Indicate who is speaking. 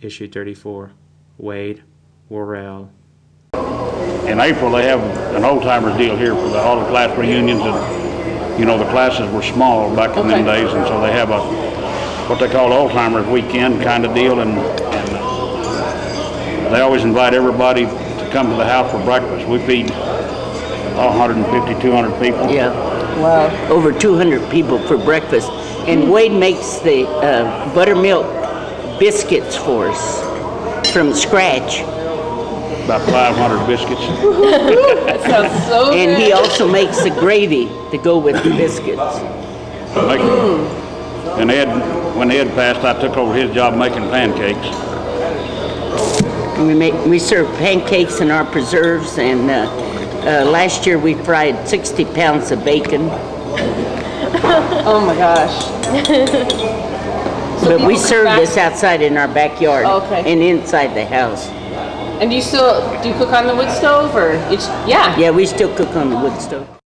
Speaker 1: issue 34, Wade, Worrell,
Speaker 2: in April, they have an old timer deal here for the, all the class reunions and, you know, the classes were small back in them
Speaker 3: Okay.
Speaker 2: days and so they have a, what they call old timers weekend kind of deal and, and they always invite everybody to come to the house for breakfast. We feed 150, 200 people.
Speaker 3: Yeah. Wow. Over 200 people for breakfast.
Speaker 4: Hmm.
Speaker 3: And Wade makes the uh, buttermilk biscuits for us from scratch.
Speaker 2: About 500 biscuits.
Speaker 4: Sounds so
Speaker 3: And
Speaker 4: good.
Speaker 3: he also makes the gravy to go with the biscuits.
Speaker 2: Make- And Ed, when Ed passed, I took over his job making pancakes.
Speaker 3: We make, we serve pancakes in our preserves, and uh, uh, last year we fried 60 pounds of bacon.
Speaker 4: oh my gosh.
Speaker 3: But
Speaker 4: people
Speaker 3: we
Speaker 4: come
Speaker 3: serve
Speaker 4: back-
Speaker 3: this outside in our backyard
Speaker 4: Okay.
Speaker 3: and inside the house.
Speaker 4: And do you still do you cook on the wood stove or it's yeah?
Speaker 3: Yeah, we still cook on the wood stove.